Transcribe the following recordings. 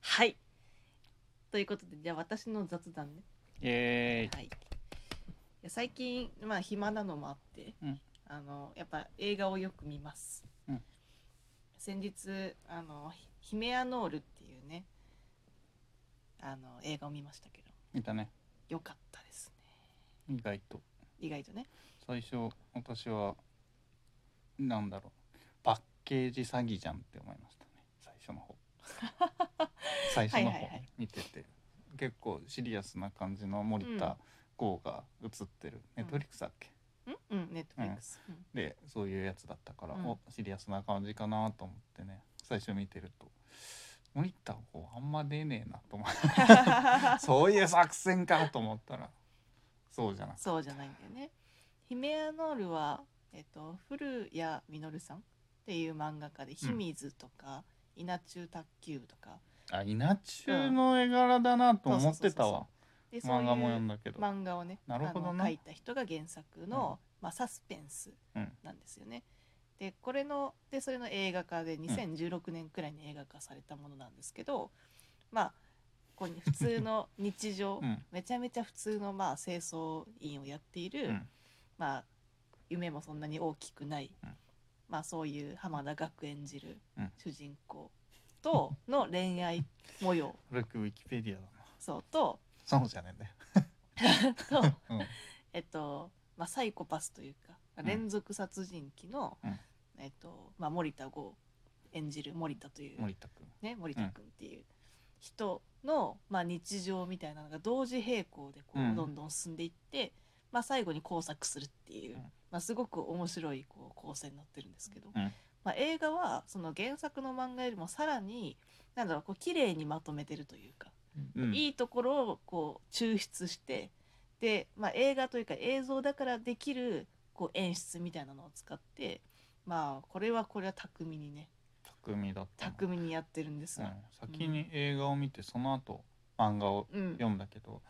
はい。ということで、じゃあ私の雑談ね。えはい。いや最近、まあ暇なのもあって、うんあの、やっぱ映画をよく見ます。うん先日、あの、ヒヒメアノールっていうね、あの、映画を見ましたけど、ー、見たねよかったですね。意外と意外とね。最初私はなんだろうパッケージ詐欺じゃんって思いましたね最 初の方最初のはい方はいはい見てて、結構シリアスな感じの森田剛が映ってる、うんネットフリックスだっけんうん、ネットフリックス。うんでそういうやつだったから、うんおシリアスな感じかなと思ってね最初見てると森田剛あんま出ねえなと思ってそういう作戦かと思ったらそうじゃなくてそうじゃないんだよね。ヒメアノールは、えっと、古谷実さんっていう漫画家で、清水とか、稲中卓球とか、あ稲中の絵柄だなと思ってたわ、でそうい漫画も読んうだけど漫画をねなるほどねあの書いた人が原作の、まあ、サスペンスうんなんですよね。でこれのでそれの映画化で2016年くらいに映画化されたものなんですけど、まあここに普通の日常、 うんめちゃめちゃ普通のまあ清掃員をやっている、うんまあ夢もそんなに大きくない、うんまあそういう浜田学演じるうん主人公 との恋愛模様古くウィキペディアだなそう とそうじゃねとえんだよ、えっと、まあ、サイコパスというかうん連続殺人鬼の、うんえっとまあ、森田剛演じる森田というん、う、森田君ね、森田君っていう人の、まあ、日常みたいなのが同時並行でこうんうどんどん進んでいって、まあ、最後に工作するっていう、うんまあ、すごく面白いこう構成になってるんですけど、うんまあ、映画はその原作の漫画よりもさらになんだろうこう綺麗にまとめてるというか。うんいいところをこう抽出してで、まあ、映画というか映像だからできるこう演出みたいなのを使ってまあこれはこれは巧みにね巧みだったな巧みにやってるんですうんが、、先に映画を見てその後漫画をうん読んだけど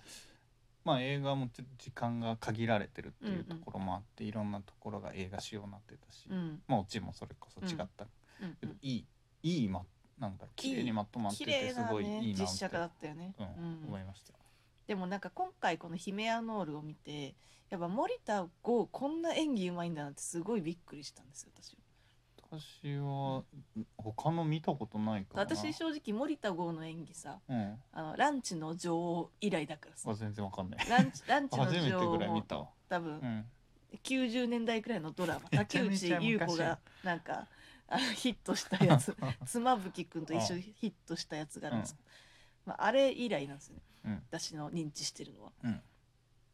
まあ映画もちょっと時間が限られてるっていうところもあって、いろんなところが映画仕様になってたし、うんうんまあオチもそれこそ違ったうんけど、いいいいまなんだろう綺麗にまとまって綺て麗すな、ごいね、いいな実って写化だったよね、うんうん思いました。でもなんか今回この「ヒメアノール」を見てやっぱ森田剛こんな演技うまいんだなってすごいびっくりしたんですよ私は私は他の見たことないからな私正直森田剛の演技さうん、あのランチの女王以来だからさあ全然わかん ないラン チランチの初めて女王ぐらい見もたわ、多分うん、 90年代くらいのドラマめ竹ちゃめ内ちゃ昔優子がなんかあのヒットしたや つ妻夫木君と一緒にヒットしたやつがあるんですけど、まあ、あれ以来なんですよねうん私の認知してるのは。うん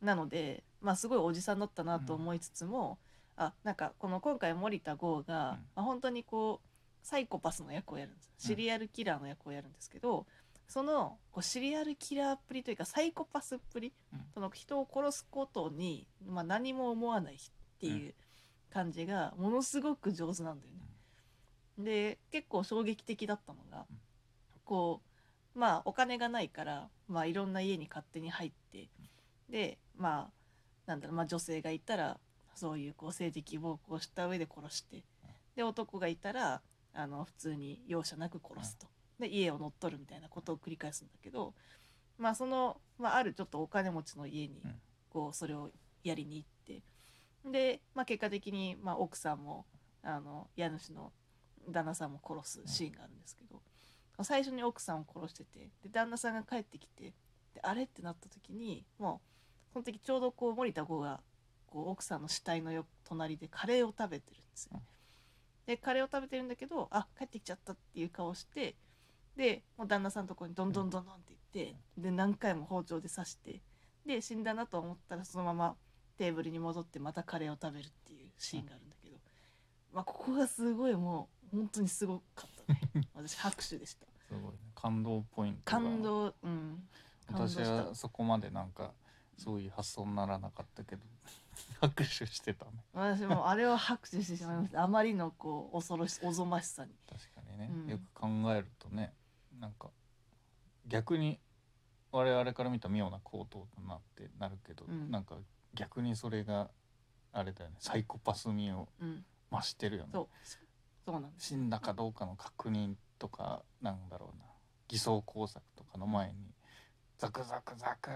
なので、まあ、すごいおじさんだったなと思いつつも、あなんかこの今回森田剛が、うんまあ、本当にこうサイコパスの役をやるんですシリアルキラーの役をやるんですけど、そのこうシリアルキラーっぷりというかサイコパスっぷり、うんその人を殺すことに、まあ、何も思わないっていう感じがものすごく上手なんだよね。で結構衝撃的だったのがうんこうまあお金がないから、まあ、いろんな家に勝手に入ってでまあなんだろう、まあ、女性がいたらそういうこう性的暴行をした上で殺してで男がいたらあの普通に容赦なく殺すとで家を乗っ取るみたいなことを繰り返すんだけど、まあ、その、まあ、あるちょっとお金持ちの家にうんこうそれをやりに行ってで、まあ、結果的に、まあ、奥さんもあの家主の旦那さんも殺すシーンがあるんですけど、最初に奥さんを殺しててで旦那さんが帰ってきてであれってなった時にもうその時ちょうどこう森田剛がこう奥さんの死体のよ隣でカレーを食べてるんですよ。でカレーを食べてるんだけどあ帰ってきちゃったっていう顔してでもう旦那さんのとこにどんどんどんどんって言ってで何回も包丁で刺してで死んだなと思ったらそのままテーブルに戻ってまたカレーを食べるっていうシーンがあるんだけど、まあ、ここがすごいもう本当にすごかった ね私拍手でしたすごいね感動ポイントが感動うん感動し私たはそこまでなんかそういう発想にならなかったけど 拍手してたね私もあれを拍手してしまいましたあまりのこう恐ろしおぞましさに確かにね、うんよく考えるとねなんか逆に我々から見た妙な行動だなってなるけど、うんなんか逆にそれがあれだよねサイコパス味をうん増してるよねそうそうなんです死んだかどうかの確認とかなんだろうな偽装工作とかの前にザクザクザク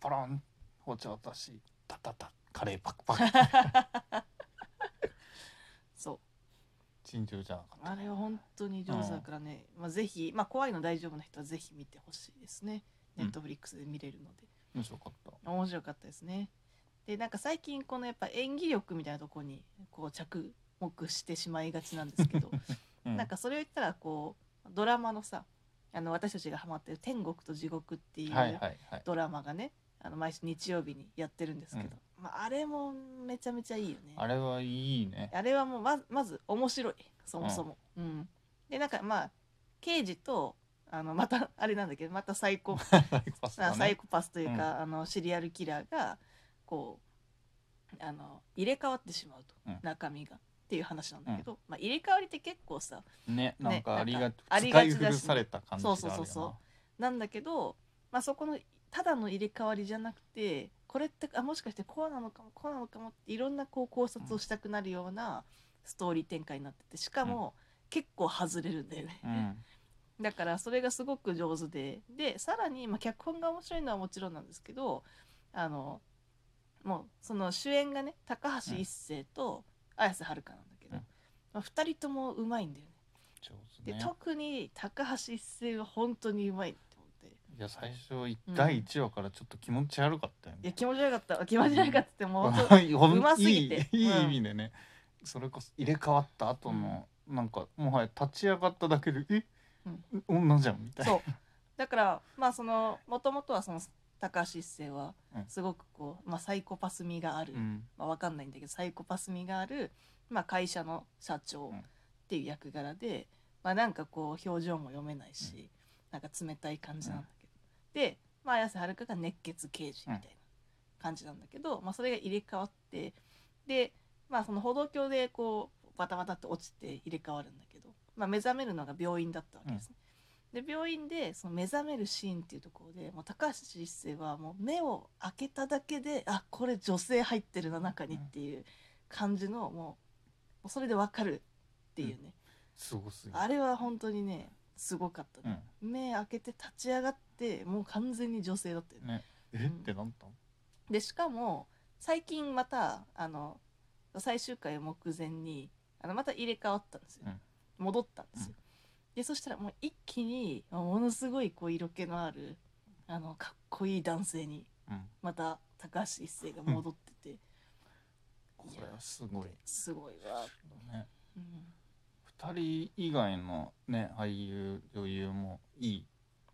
ポロン包丁落としタタタカレーパクパク そう尋常じゃなかったあれは本当に上手だからね、まあ、ぜひ、まあ、怖いの大丈夫な人はぜひ見てほしいですねうんネットフリックスで見れるので、面白かった面白かったですねでなんか最近このやっぱ演技力みたいなところにこう着目してしまいがちなんですけ ど、うんなんかそれを言ったらこうドラマのさあの私たちがハマってる「天国と地獄」っていはいうはいはいドラマがね、あの毎週日曜日にやってるんですけど、まあ、あれもめちゃめちゃいいよねあれはいいね あれはもうまずまず面白いそもそも、うんでなんかまあ刑事とあのまたあれなんだけどまたサイコサイコパス だあねサイコパスというか、あのシリアルキラーがこうあの入れ替わってしまうと、うん中身がっていう話なんだけど、まあ、入れ替わりって結構さねなんかありながんかありが使ちいだし古された感じがあるそよなうそうそうそなんだけど、まあ、そこのただの入れ替わりじゃなくてこれってあもしかしてこうなのかもこうなのかもっていろんなこう考察をしたくなるようなストーリー展開になっててしかも結構外れるんだよね、うん だからそれがすごく上手ででさらに、まあ、脚本が面白いのはもちろんなんですけどあのもうその主演がね高橋一生と綾瀬はるかなんだけど、うんまあ、2人ともうまいんだよね。上手でね特に高橋一生は本当にうまいって思って。いや最初いうん第1話からちょっと気持ち悪かったよいやね、気持ち悪かった気持ち悪かったってもう本当ううますぎていいいいうん意味でね、それこそ入れ替わった後の、なんかもはや立ち上がっただけでえ、女じゃんみたいなそうだからまあそのもともとはその高橋一生はうんすごくこう、まあ、サイコパス味がある、うんまあ、わかんないんだけどサイコパス味がある、まあ、会社の社長うんっていう役柄で、まあ、なんかこう表情も読めないし、なんか冷たい感じなんだけど、で、まあ、綾瀬はるかが熱血刑事みたいな感じなんだけど、まあ、それが入れ替わってで、まあ、その歩道橋でこうバタバタって落ちて入れ替わるんだけど、まあ、目覚めるのが病院だったわけですね。で病院でその目覚めるシーンっていうところでもう高橋一生はもう目を開けただけであこれ女性入ってるな中にっていう感じのもうもうそれでわかるっていうね、すごすぎあれは本当にねすごかったうね、ん目開けて立ち上がってもう完全に女性だったよねねえ、んってなったのでしかも最近またあの最終回を目前にあのまた入れ替わったんですよ、戻ったんですよ、でそしたらもう一気にものすごいこう色気のあるあのかっこいい男性にうんまた高橋一生が戻っててこれはすごい、すごいわ、ね、うん、 2人以外のね俳優女優もいい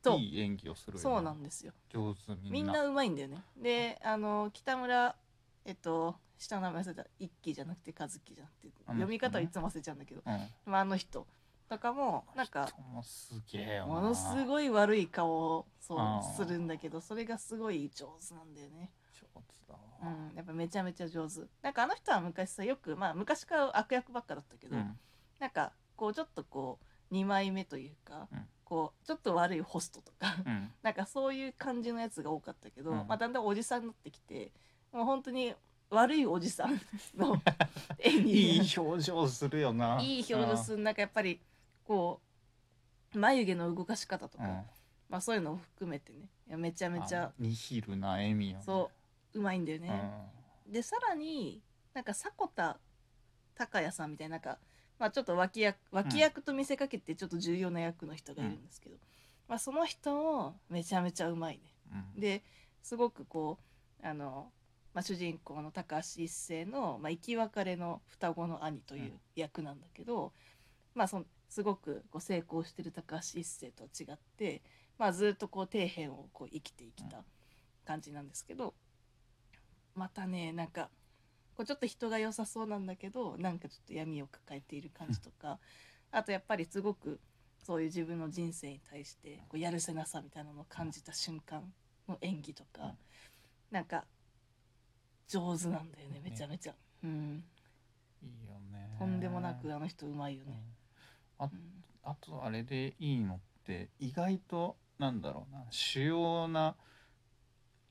そういい演技をするよねそうなんですよ上手みみんんななうまいんだよねであの北村えっと下の名前忘れた一輝じゃなくて和樹じゃなくてあの人ね読み方はいつも忘れちゃうんだけど、うんまあ、あの人とかもなんか人もすげえよなものすごい悪い顔をそうあーするんだけどそれがすごい上手なんだよね、上手だわうん、やっぱめちゃめちゃ上手なんかあの人は昔さよくまあ昔から悪役ばっかだったけど、うんなんかこうちょっとこう2枚目というか、うんこうちょっと悪いホストとか、 うんなんかそういう感じのやつが多かったけど、うんまあ、だんだんおじさんになってきてもう本当に悪いおじさん の演技いい表情するよな。いい表情するなんかやっぱりこう眉毛の動かし方とうか、ん。まあ、そういうのを含めてねいやめちゃうんめちゃあニヒルな笑みよね。そううまいんだようね。でさらになんか迫田孝也さんみたいななんか、まあ、ちょっと脇役脇役と見せかけてちょっと重要な役の人がいるんですけど、まあ、その人もめちゃめちゃうまいね。ん。うんですごくこうあの、まあ、主人公の高橋一生の、まあ、生き別れの双子の兄という役なんだけど、まあ、そのすごくこう成功してる高橋一生とは違って、まあ、ずっとこう底辺をこう生きてきた感じなんですけどまたねなんかこうちょっと人が良さそうなんだけどなんかちょっと闇を抱えている感じとかあとやっぱりすごくそういう自分の人生に対してこうやるせなさみたいなのを感じた瞬間の演技とうかんなんか上手なんだよねめちゃめちゃ、うん、いいよね。とんでもなくあの人うまいようん。ね、うんあとあれでいいのって意外となんだろうな主要な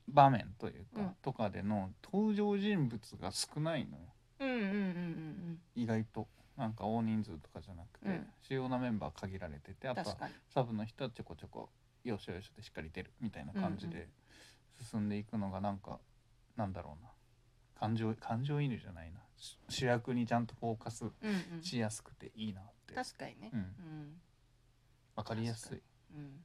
場面といううんかとかでの登場人物が少ないのようんうんうんうんうん意外と。なんか大人数とかじゃなくて、うん主要なメンバー限られててあとは確かにサブの人はちょこちょこ要所要所でしっかり出るみたいな感じうんうで進んでいくのがなんかなんだろうな感情感情移入じゃないなし主役にちゃんとフォーカスうんうんしやすくていいなって確かにねうんうん分かりやすいうん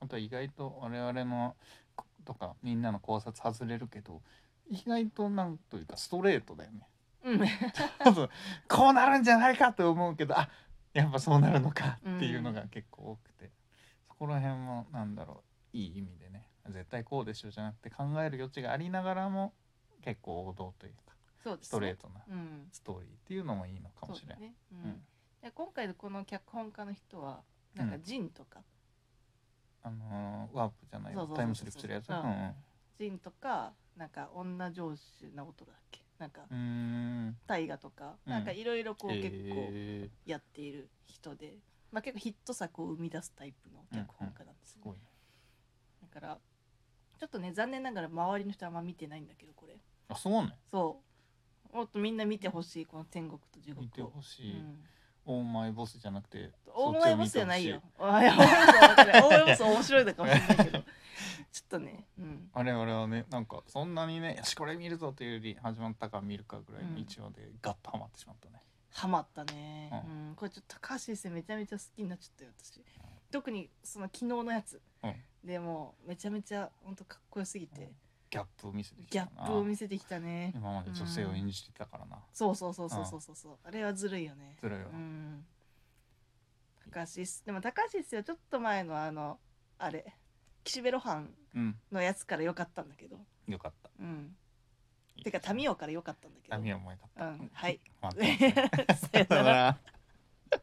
あとは意外と我々のことかみんなの考察外れるけど意外となんというかストレートだよねうん 多分こうなるんじゃないかと思うけどあやっぱそうなるのかっていうのが結構多くて、そこら辺もなんだろういい意味でね絶対こうでしょじゃなくて考える余地がありながらも結構王道というかそうですねストレートなうんストーリーっていうのもいいのそかもうしれだない。ねううんんで今回のこの脚本家の人はなんかうんジンとかあのーワープじゃないそうそうそうそうタイムスリップするやつ、うんうんジンとかなんか女上司なことだっけなんかうん、う大河とかうんなんかいろいろこうーん結構えーやっている人で、まあ、結構ヒット作を生み出すタイプの脚本家なんですすね、ごいねだからちょっとね残念ながら周りの人はあんま見てないんだけどこれあそうねそうもっとみんな見てほしいこの天国と地獄見てをほうしい、んオーマイボスじゃなくて大そっち前をボ見スてじほしゃないよ。あいや大前ボス面白いのかもしれないけ ど。ちょっとね、うん。我々はねなんかそんなにねよしこれ見るぞというより始まったか見るかぐらいの一応でガッとハマってしまったね、ハマったね。ううん。これちょっと高橋先生めちゃめちゃ好きになっちゃったよ私。特にその昨日のやつ。うんでもうめちゃめちゃ本当かっこよすぎて、ギャップを見せてきギたャなップを見せてきたね。今まで女性を演じてたからな、そうそうそうそうそうそうそう。あれはずるいよね。ずるいよう、ん。高橋すでも高橋先生はちょっと前のあのあれ岸辺露伴うん、のやつから良かったんだけど。よかったうん。てか民をオから良かったんだけど。民をもよかった、うんはい 待ってますねさよさなよらな。ら